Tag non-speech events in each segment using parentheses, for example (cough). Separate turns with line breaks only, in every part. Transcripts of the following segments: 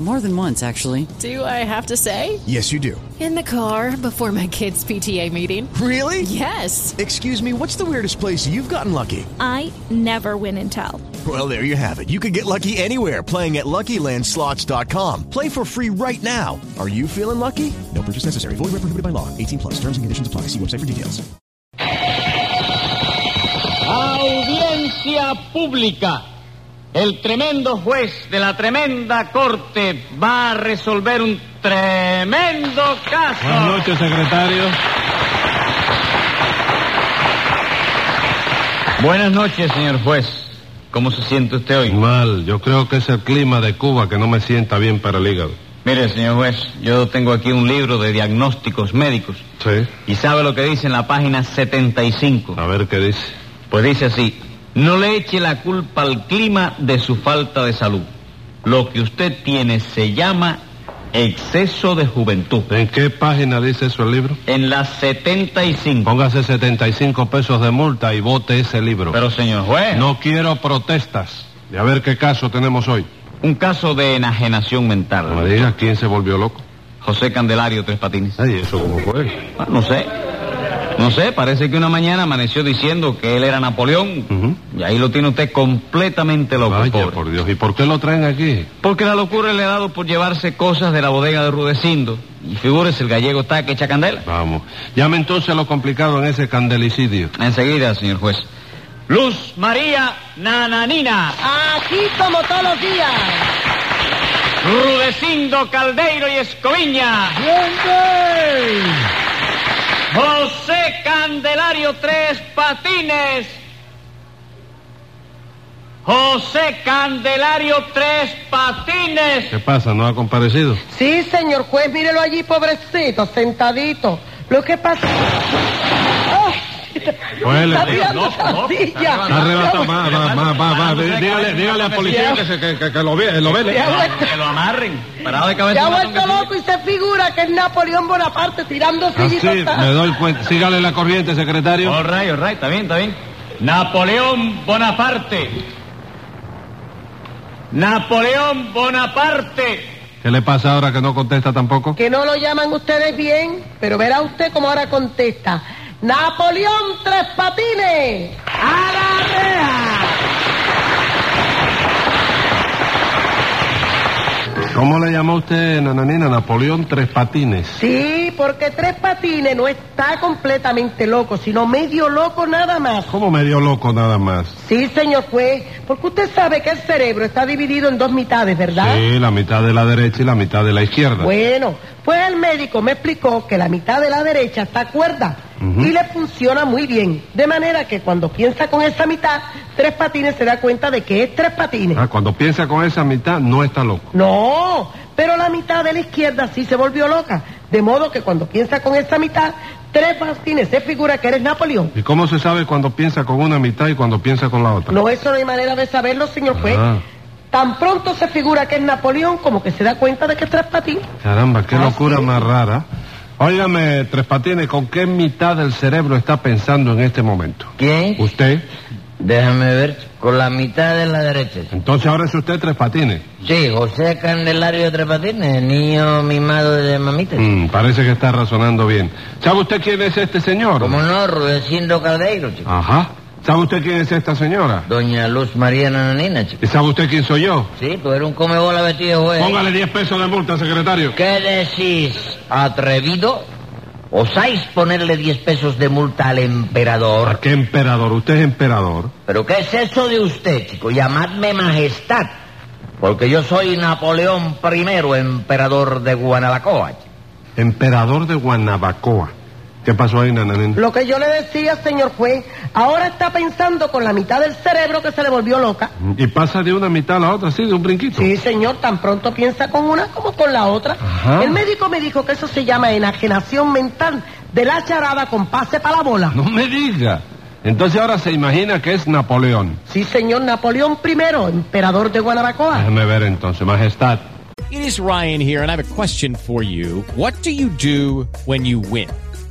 More than once, actually.
Do I have to say?
Yes, you do.
In the car before my kids' PTA meeting.
Really?
Yes.
Excuse me, what's the weirdest place you've gotten lucky?
I never win and tell.
Well, there you have it. You can get lucky anywhere playing at LuckyLandSlots.com. Play for free right now. Are you feeling lucky? No purchase necessary. Void where prohibited by law. 18 plus. Terms and conditions apply. See website for details.
Audiencia pública. El tremendo juez de la tremenda corte va a resolver un tremendo caso.
Buenas noches, secretario.
Buenas noches, señor juez. ¿Cómo se siente usted hoy?
Mal, yo creo que es el clima de Cuba que no me sienta bien para el hígado.
Mire, señor juez, yo tengo aquí un libro de diagnósticos médicos.
Sí.
¿Y sabe lo que dice en la página 75?
A ver qué dice.
Pues dice así, no le eche la culpa al clima de su falta de salud. Lo que usted tiene se llama exceso de juventud.
¿En qué página dice eso el libro?
En la 75.
Póngase 75 pesos de multa y vote ese libro.
Pero señor juez,
No quiero protestas. Y a ver qué caso tenemos hoy.
un caso de enajenación
No me
mental.
digas quién se volvió loco.
José Candelario Tres Patines.
Ay, ¿eso cómo fue?
Ah, no sé. No sé, parece que una mañana amaneció diciendo que él era Napoleón. Y ahí lo tiene usted completamente loco,
Vaya,
pobre.
por Dios. ¿Y por qué lo traen aquí?
Porque la locura le ha dado por llevarse cosas de la bodega de Rudecindo. Y figúrese, el gallego está que echa candela.
Vamos. Llame entonces a lo complicado en ese candelicidio.
Enseguida, señor juez. Luz María Nananina.
Aquí como todos los días.
Rudecindo Caldeiro y Escoviña.
pues.
José Candelario Tres Patines. José Candelario Tres Patines.
¿Qué pasa? ¿No ha comparecido?
Sí, señor juez, mírelo allí, pobrecito, sentadito. Lo que pasa... ¡Ay!
Huele,
Está
tío.
tirando
No, no,
silla.
está
Está arrebatado, va, va, va, va, va.
Usted
Dígale,
cabeza,
dígale al
cabeza,
policía
ya.
que, se, que, que- que lo ve, lo vele.
Ya, güey.
Que lo amarren. Parado de cabeza.
Se ha
una
vuelto
tontería.
loco y se figura que es Napoleón Bonaparte tirando
Así,
sillitas.
Ah, me doy cuenta. Sígale la corriente, secretario.
All right, all right, está bien, está bien. Napoleón Bonaparte. Napoleón Bonaparte.
¿Qué le pasa ahora que no contesta tampoco?
Que no lo llaman ustedes bien, pero verá usted cómo ahora contesta. Napoleón Tres Patines. ¡A la reja!
¿Cómo le llamó usted, nananina? Napoleón Tres Patines.
Sí, porque Tres Patines no está completamente loco, sino medio loco nada más.
¿Cómo me dio loco nada más?
Sí, señor juez, porque usted sabe que el cerebro está dividido en dos mitades, ¿verdad?
Sí, la mitad de la derecha y la mitad de la izquierda.
Bueno, pues el médico me explicó que la mitad de la derecha está cuerda y le funciona muy bien. De manera que cuando piensa con esa mitad, tres patines se da cuenta de que es tres patines.
Ah, cuando piensa con esa mitad, no está loco.
No, pero la mitad de la izquierda sí se volvió loca. De modo que cuando piensa con esa mitad, tres patines se figura que eres Napoleón.
¿Y cómo se sabe cuando piensa con una mitad y cuando piensa con la otra?
No, eso no hay manera de saberlo, señor juez.
Ah.
Tan pronto se figura que es Napoleón como que se da cuenta de que es tres patines.
Caramba, qué
Ah,
locura
sí.
más rara. Óigame, Tres Patines, ¿con qué mitad del cerebro está pensando en este momento?
¿Quién?
¿Usted?
Déjame ver, con la mitad de la derecha.
Entonces ahora es usted Tres Patines.
Sí, José Candelario Tres Patines, el niño mimado de mamita.
Mm, parece que está razonando bien. ¿Sabe usted quién es este señor?
Como no, Rudecindo Caldeiro, chico.
Ajá. ¿Sabe usted quién es esta señora?
Doña Luz María Nananina, chico.
¿Y sabe usted quién soy yo?
Sí, tú eres un comebola vestido de juez.
Póngale 10 pesos de multa, secretario.
¿Qué decís, atrevido? ¿Osáis ponerle 10 pesos de multa al
¿A
emperador?
qué emperador? Usted es emperador.
¿Pero qué es eso de usted, chico? Llamadme majestad, porque yo soy Napoleón I, emperador de Guanabacoa, chico.
Emperador de Guanabacoa. ¿Qué pasó ahí, nananina?
Lo que yo le decía, señor juez, ahora está pensando con la mitad del cerebro que se le volvió loca.
Y pasa de una mitad a la otra, así, de un brinquito.
Sí, señor, tan pronto piensa con una como con la otra.
Ajá.
El médico me dijo que eso se llama enajenación mental de la charada con pase para la bola.
No me diga. Entonces ahora se imagina que es Napoleón.
Sí, señor Napoleón I, emperador de Guanabacoa.
Déjeme ver entonces, majestad.
It is Ryan here, and I have a question for you. What do you do when you win?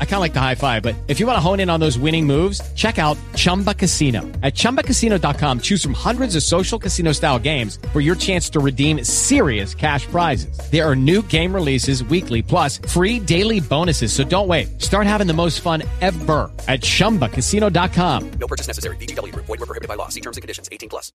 I kind of like the high five, but if you want to hone in on those winning moves, check out Chumba Casino. At chumbacasino.com, choose from hundreds of social casino style games for your chance to redeem serious cash prizes. There are new game releases weekly, plus free daily bonuses. So don't wait. Start having the most fun ever at chumbacasino.com.
No purchase necessary. VGW Group. Void were prohibited by law. See terms and conditions. 18 plus.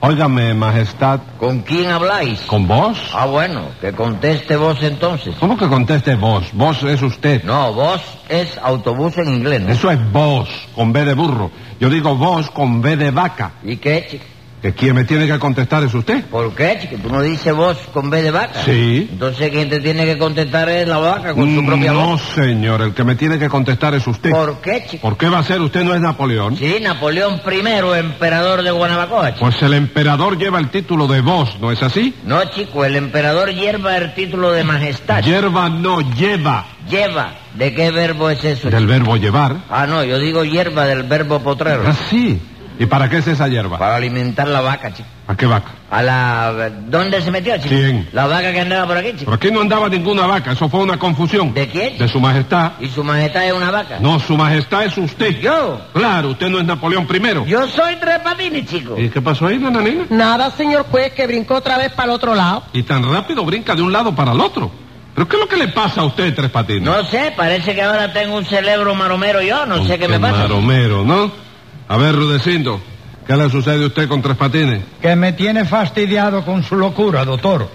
Óigame, majestad.
¿Con quién habláis?
¿Con vos?
Ah, bueno, que conteste vos entonces.
¿Cómo que conteste vos? Vos es usted.
No, vos es autobús en inglés, ¿no?
Eso es vos, con B de burro. Yo digo vos con B de vaca.
¿Y qué, chico?
¿Que quien me tiene que contestar es usted?
¿Por qué, chico? ¿Tú no dices vos con B de vaca?
Sí.
Entonces, quien te tiene que contestar es la vaca con su
Mm,
propia
no,
voz.
señor, el que me tiene que contestar es usted.
¿Por qué, chico?
¿Por qué va a ser usted no es Napoleón?
Sí, Napoleón I, emperador de Guanabacoa, chico.
Pues el emperador lleva el título de vos, ¿no es así?
No, chico, el emperador hierva el título de majestad.
Hierba no lleva
Lleva. ¿De qué verbo es eso?
del
chico?
verbo llevar.
Ah, no, yo digo hierba del verbo potrero.
Ah, sí. ¿Y para qué es esa hierba?
Para alimentar la vaca, chico.
¿A qué vaca?
A la... ¿Dónde se metió, chico?
¿Quién?
La vaca que andaba por aquí, chico.
Pero aquí no andaba ninguna vaca, eso fue una confusión.
¿De quién?
De su majestad.
¿Y su majestad es una vaca?
No, su majestad es usted.
¿Yo?
Claro, usted no es Napoleón I.
Yo soy Tres Patines, chico.
¿Y qué pasó ahí, nananina?
Nada, señor juez, que brincó otra vez para el otro lado.
Y tan rápido brinca de un lado para el otro. ¿Pero qué es lo que le pasa a usted, Tres Patines?
No sé, parece que ahora tengo un cerebro maromero yo, no sé qué me pasa.
Maromero, ¿no? A ver, Rudecindo, ¿qué le sucede a usted con Tres Patines?
que me tiene fastidiado con su locura, doctor.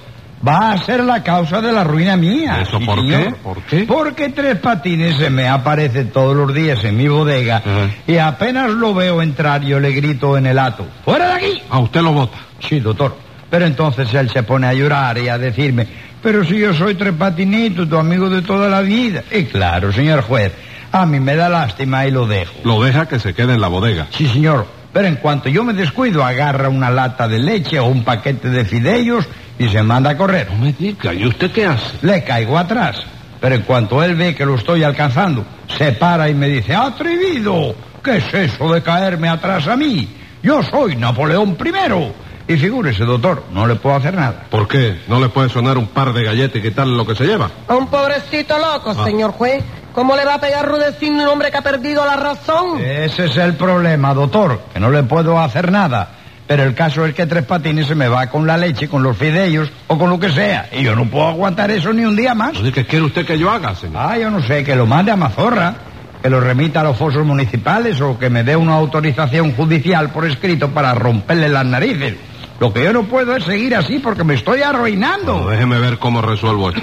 Va a ser la causa de la ruina mía.
¿Eso
sí,
por qué?
señor.
¿Por qué?
Porque Tres Patines se me aparece todos los días en mi bodega
Ajá.
y apenas lo veo entrar yo le grito en el ato. ¡Fuera de aquí!
A usted lo vota.
Sí, doctor. Pero entonces él se pone a llorar y a decirme, pero si yo soy Tres Patinitos, tu amigo de toda la vida. Y claro, señor juez, a mí me da lástima y lo dejo.
Lo deja que se quede en la bodega.
Sí, señor. Pero en cuanto yo me descuido, agarra una lata de leche o un paquete de fideos y se manda a correr.
No me diga, ¿y usted qué hace?
Le caigo atrás. Pero en cuanto él ve que lo estoy alcanzando, se para y me dice, atrevido, ¿qué es eso de caerme atrás a mí? Yo soy Napoleón I. Y figúrese, doctor, no le puedo hacer nada.
¿Por qué? ¿No le puede sonar un par de galletas y quitarle lo que se lleva?
A un pobrecito loco,
Ah.
señor juez. ¿Cómo le va a pegar Rudecín un hombre que ha perdido la razón?
Ese es el problema, doctor, que no le puedo hacer nada. Pero el caso es que Tres Patines se me va con la leche, con los fideos o con lo que sea. Y yo no puedo aguantar eso ni un día más.
Entonces, ¿qué quiere usted que yo haga, señor?
Ah, yo no sé, que lo mande a Mazorra, que lo remita a los fosos municipales o que me dé una autorización judicial por escrito para romperle las narices. Lo que yo no puedo es seguir así porque me estoy
Bueno,
arruinando.
déjeme ver cómo resuelvo esto.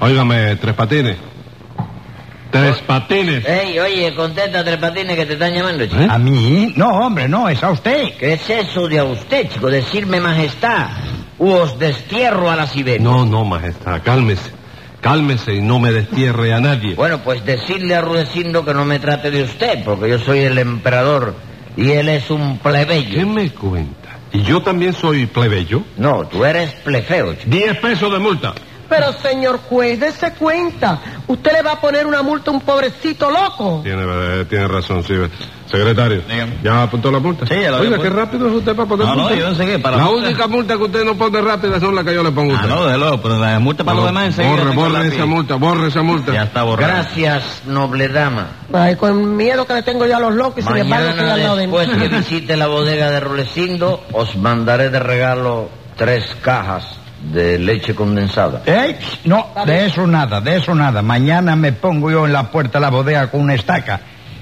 Óigame, Tres Patines. Tres Patines.
Ey, oye, contesta Tres Patines que te están llamando, chico.
¿Eh?
¿A mí? No, hombre, no, es a usted.
¿Qué es eso de a usted, chico? Decirme majestad. u os destierro a la Siberia.
No, no, majestad, cálmese. Cálmese y no me destierre a nadie.
Bueno, pues decirle a Rudecindo que no me trate de usted, porque yo soy el emperador y él es un
¿Qué
plebeyo.
me cuenta? ¿Y yo también soy plebeyo?
No, tú eres plefeo.
Diez pesos de multa.
Pero señor juez, dése cuenta. Usted le va a poner una multa a un pobrecito loco.
Tiene, eh, tiene razón, sí. Ah, pues, Secretario, ¿ya apuntó la multa?
Sí, ya la había
Oiga, qué
puesto. Ah,
rápido es usted para poner
No, no,
multa.
yo enseguida para
La
la multa.
única multa que usted no pone rápida son las que yo le pongo a
Ah,
usted.
no, de luego, pero la multa para
No,
los demás enseguida.
borre,
tengo
borre
lápiz.
esa multa, borre esa multa.
Ya está borrado.
Gracias, noble dama.
Ay, con miedo que le tengo yo a los locos y se les va a al
Mañana
lado de mí.
después que visite la bodega de Rolecindo, os mandaré de regalo tres cajas de leche condensada.
Eh, no, de eso nada, de eso nada. Mañana me pongo yo en la puerta de la bodega con una estaca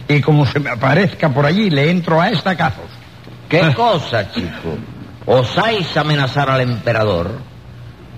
y como se me aparezca por allí le entro a estacazos.
¿Qué cosa, chico? ¿Osáis amenazar al emperador?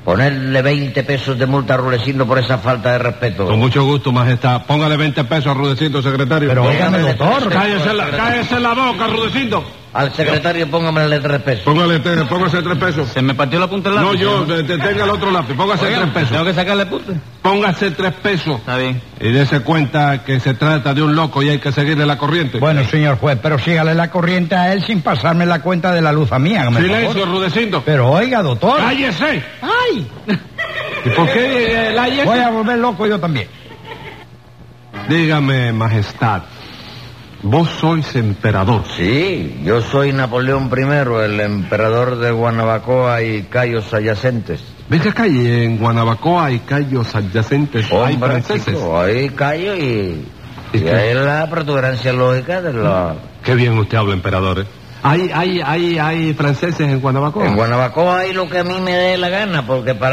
Ponerle 20 pesos de multa a Rulecindo por esa falta de respeto.
Con mucho gusto, majestad. Póngale 20 pesos a Rudecito, secretario.
Pero óigame,
Póngale
doctor.
tres pesos.
Cállese la, cállese la boca, Rudecindo.
Al secretario póngamele tres pesos.
Póngale, tres- póngase tres pesos.
Se me partió la punta del
No,
lápiz.
yo, de- de- tenga el otro lápiz, póngase
Oiga,
tres pesos.
Tengo que sacarle punta.
Póngase tres pesos.
Está bien.
Y dése cuenta que se trata de un loco y hay que seguirle la corriente.
Bueno, señor juez, pero sígale la corriente a él sin pasarme la cuenta de la luz a mí. hágame el
Silencio,
favor.
Rudecindo.
Pero oiga, doctor.
¡Cállese!
¡Ay!
¿Y por qué eh, el ayer?
Voy a volver loco yo también.
Dígame, majestad, vos sois emperador.
Sí, yo soy Napoleón I, el emperador de Guanabacoa y Cayos adyacentes.
Ves acá y en Guanabacoa hay callos adyacentes. hay
Hombre,
franceses.
chico, ahí Cayo y,
¿Y
y
qué?
ahí la protuberancia lógica de la...
Qué bien usted habla, emperador. ¿eh? ¿Hay, hay, hay, hay franceses en Guanabacoa?
En Guanabacoa hay lo que a mí me dé la gana, porque para...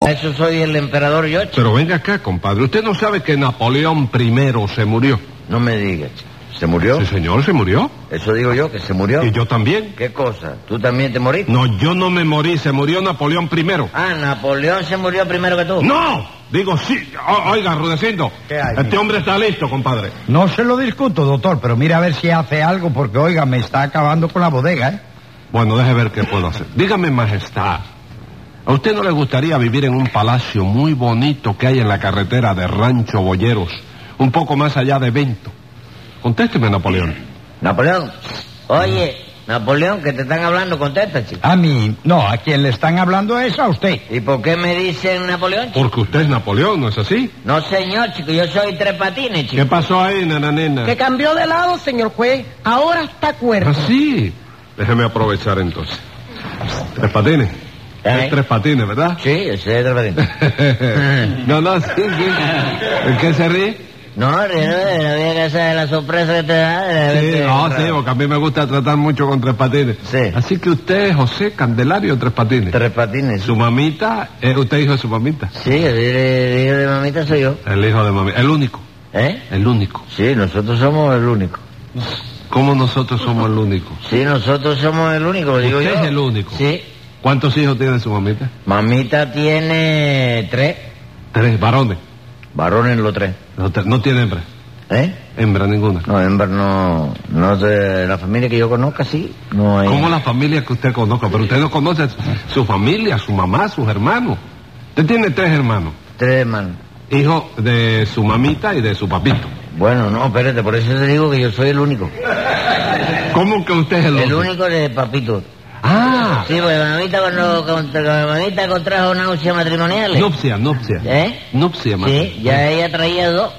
Eso soy el emperador yo, chico.
Pero venga acá, compadre. Usted no sabe que Napoleón I se murió.
No me digas, chico. ¿Se murió?
Sí, señor, se murió.
Eso digo yo, que se murió.
Y yo también.
¿Qué cosa? ¿Tú también te moriste?
No, yo no me morí, se murió Napoleón I.
Ah, Napoleón se murió primero que tú.
¡No! Digo, sí. O- oiga, Rudecindo.
¿Qué hay?
Este hombre está listo, compadre.
No se lo discuto, doctor, pero mira a ver si hace algo, porque oiga, me está acabando con la bodega, ¿eh?
Bueno, deje ver qué puedo hacer. Dígame, majestad. ¿A usted no le gustaría vivir en un palacio muy bonito que hay en la carretera de Rancho Boyeros, un poco más allá de Vento? Contésteme, Napoleón.
Napoleón, oye, Napoleón, que te están hablando, contesta, chico.
A mí, no, a quien le están hablando es a usted.
¿Y por qué me dicen Napoleón, chico?
Porque usted es Napoleón, ¿no es así?
No, señor, chico, yo soy tres patines, chico.
¿Qué pasó ahí, nananena?
Que cambió de lado, señor juez. Ahora está cuerdo.
Ah, sí. Déjeme aprovechar entonces. Tres patines.
¿Eh?
Es Tres
(laughs)
patines, ¿verdad?
Sí, yo soy tres patines.
no, no, sí, sí. ¿El qué se ríe?
No, de no, de la vieja esa de la sorpresa que te da. de la
Sí,
vez que-
no, sí, porque a mí me gusta tratar mucho con Tres Patines.
Sí.
Así que usted es José Candelario Tres Patines.
Tres patines.
Su mamita, eh, usted hijo de su mamita.
Sí, el, el hijo de mamita soy yo.
El hijo de mamita. El único,
¿Eh?
el único.
Sí, nosotros somos el único.
¿Cómo nosotros somos el único?
Sí, nosotros somos el único, lo digo
Usted
yo.
es el único.
Sí.
¿Cuántos hijos tiene su mamita?
Mamita tiene tres.
Tres varones.
Varones los tres.
No, te- no tiene hembra.
¿Eh?
Hembra ninguna.
No, hembra no... No de la familia que yo conozca, sí. No hay...
Como la familia que usted conozca, pero usted no conoce su familia, su mamá, sus hermanos. Usted tiene tres hermanos.
Tres hermanos.
Hijo de su mamita y de su papito.
Bueno, no, espérate, por eso te digo que yo soy el único.
¿Cómo que usted es el,
El
otro?
único de papito.
Ah,
Sí, porque mamita cuando, cuando- cuando mamita contrajo náuseas matrimoniales.
nupcia, nupcia.
¿Eh?
Nupcia, mamá.
Sí, ya ella traía dos.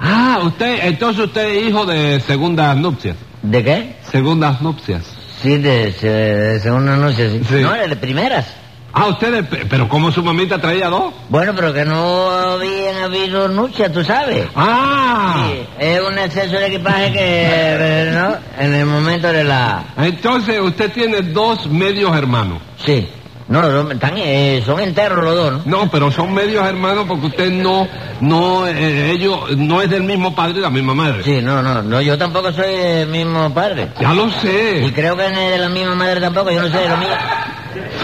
Ah, usted, entonces usted es hijo de segundas nupcias.
¿De qué?
Segundas nupcias.
Sí, de, se- de segunda noche, sí.
Sí.
No, de primeras.
Ah, usted, es pe- pero ¿cómo su mamita traía dos?
Bueno, pero que no habían habido nuchas, tú sabes.
Ah,
Sí, es un exceso de equipaje que, eh, ¿no? En el momento de la...
entonces usted tiene dos medios hermanos.
Sí, No, no, están, eh, son enteros los dos,
¿no? No, pero son medios hermanos porque usted no, no, eh, ellos, no es del mismo padre y la misma madre.
Sí, no, no, no, yo tampoco soy del mismo padre.
Ya lo sé.
Y creo que no es de la misma madre tampoco, yo no sé de lo mío.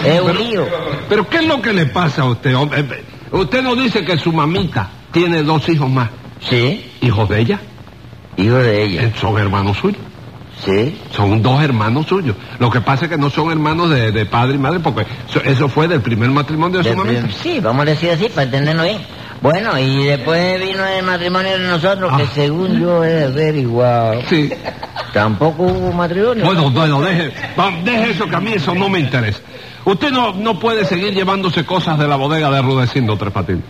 Es un
Pero-
lío.
Pero ¿qué es lo que le pasa a usted? hombre? Eh, Usted nos dice que su mamita tiene dos hijos más.
Sí.
¿Hijos de ella?
Hijos de ella.
Son hermanos suyos.
Sí.
Son dos hermanos suyos. Lo que pasa es que no son hermanos de, de padre y madre porque eso, eso fue del primer matrimonio de,
De
su mamita.
prim- sí, vamos a decir así, para entendernos bien. Bueno, y después vino el matrimonio de nosotros, que según yo he averiguado,
Ah. sí.
tampoco hubo matrimonio.
Bueno, bueno, deje, va, deje eso que a mí eso no me interesa. Usted no, no puede seguir llevándose cosas de la bodega de Rudecindo, Tres Patines.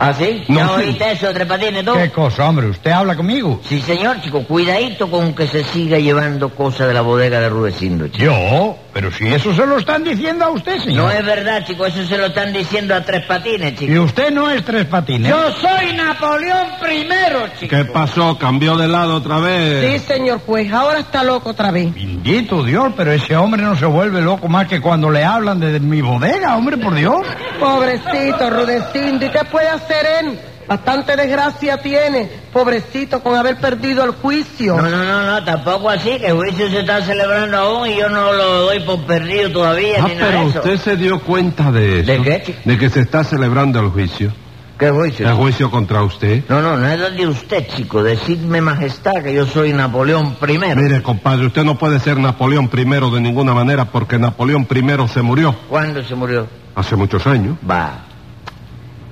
¿Ah, sí?
No,
¿Ya
sí.
oíste eso, Tres Patines, tú?
¿Qué cosa, hombre? ¿Usted habla conmigo?
Sí, señor, chico, cuidadito con que se siga llevando cosas de la bodega de Rudecindo, chico.
Yo, pero si eso se lo están diciendo a usted, señor.
No es verdad, chico, eso se lo están diciendo a Tres Patines, chico.
Y usted no es tres patines.
Yo
soy Napoleón primero, chico.
¿Qué pasó? ¿Cambió de lado otra
Sí,
vez?
señor juez, ahora está loco otra vez.
Bendito Dios, pero ese hombre no se vuelve loco más que cuando le hablan de mi bodega, hombre, por Dios.
Pobrecito, Rudecindo, ¿y qué puede hacer él? Bastante desgracia tiene, pobrecito, con haber perdido el juicio.
No, no, no, no, tampoco así, que el juicio se está celebrando aún y yo no lo doy por perdido todavía,
Ah,
ni nada
pero
de eso.
usted se dio cuenta de eso.
¿De qué, chico?
De que se está celebrando el juicio.
¿Qué juicio?
El juicio contra usted.
No, no, nada de usted, chico. Decidme, majestad, que yo soy Napoleón I.
Mire, compadre, usted no puede ser Napoleón I de ninguna manera porque Napoleón I se murió
¿Cuándo se murió?
hace muchos años.
Va.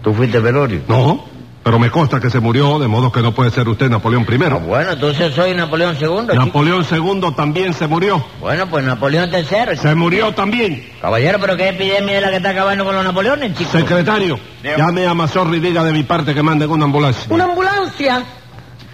¿Tú fuiste velorio?
No, pero me consta que se murió, de modo que no puede ser usted Napoleón I.
Ah, Pues Bueno, entonces soy Napoleón II. chico.
Napoleón II también se murió.
Bueno, pues Napoleón III. chico.
Se murió también.
Caballero, pero qué epidemia es la que está acabando con los Napoleones, chico.
Secretario, llame a Mazorri y diga de mi parte que manden una ambulancia.
¿Una ambulancia?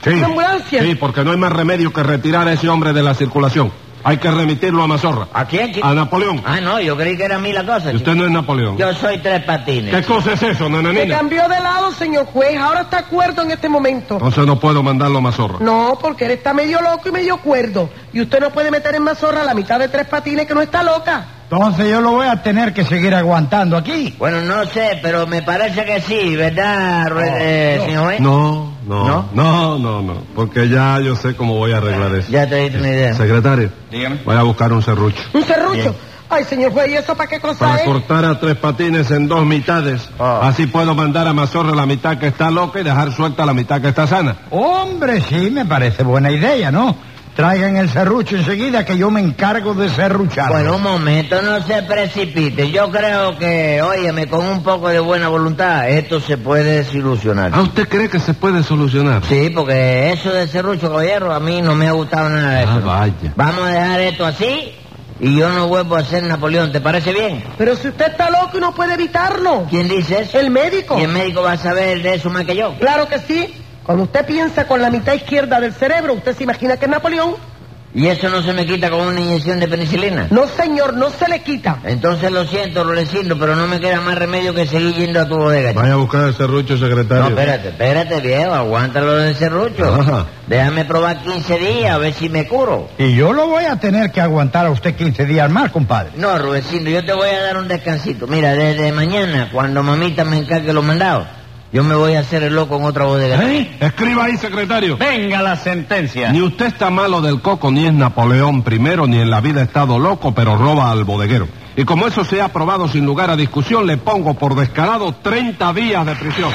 Sí.
¿Una ambulancia?
Sí, porque no hay más remedio que retirar a ese hombre de la circulación. Hay que remitirlo a Mazorra.
¿A quién, chico?
A Napoleón.
Ah, no, yo creí que era a mí la cosa,
Y
chico.
usted no es Napoleón.
Yo soy tres patines.
¿Qué cosa es eso,
Se
nananina?
cambió de lado, señor juez, ahora está cuerdo en este momento.
Entonces no puedo mandarlo a Mazorra.
No, porque él está medio loco y medio cuerdo. Y usted no puede meter en mazorra la mitad de tres patines que no está loca.
Entonces yo lo voy a tener que seguir aguantando aquí.
Bueno, no sé, pero me parece que sí, ¿verdad, Ru- eh, señor juez?
No, no,
¿No?
no, no, no, porque ya yo sé cómo voy a arreglar eso.
Ya te diste una idea.
Secretario, voy a buscar un serrucho.
Un serrucho. Ay, señor juez, ¿y eso para qué cosa
Para
es?
cortar a tres patines en dos mitades. Así puedo mandar a Mazorra la mitad que está loca y dejar suelta la mitad que está sana.
Hombre, sí, me parece buena idea, ¿no? Traigan el serrucho enseguida que yo me encargo de serruchar.
Bueno, pues un momento, no se precipite. Yo creo que, óyeme, con un poco de buena voluntad, esto se puede desilusionar.
¿Ah, usted cree que se puede solucionar?
Sí, porque eso de serrucho, caballero, a mí no me ha gustado nada de eso.
Ah, vaya.
Vamos a dejar esto así y yo no vuelvo a ser Napoleón. ¿Te parece bien?
Pero si usted está loco y no puede evitarlo.
¿Quién dice eso?
El médico.
¿Y el médico va a saber de eso más que yo?
Claro que sí. Cuando usted piensa con la mitad izquierda del cerebro, ¿usted se imagina que es Napoleón?
¿Y eso no se me quita con una inyección de penicilina?
No, señor, no se le quita.
Entonces lo siento, Rulecindo, pero no me queda más remedio que seguir yendo a tu bodega. chico.
Vaya a buscar el serrucho,
No,
secretario.
espérate, espérate, viejo, aguántalo del serrucho.
Ajá.
Déjame probar 15 días a ver si me curo.
Y yo lo voy a tener que aguantar a usted 15 días más, compadre.
No, Rubecindo, yo te voy a dar un descansito. Mira, desde mañana, cuando mamita me encargue los mandados, yo me voy a hacer el loco en otra bodega.
¿Eh? Escriba ahí, secretario.
Venga la sentencia.
Ni usted está malo del coco, ni es Napoleón I, ni en la vida ha estado loco, pero roba al bodeguero. Y como eso se ha aprobado sin lugar a discusión, le pongo por descarado 30 días de prisión.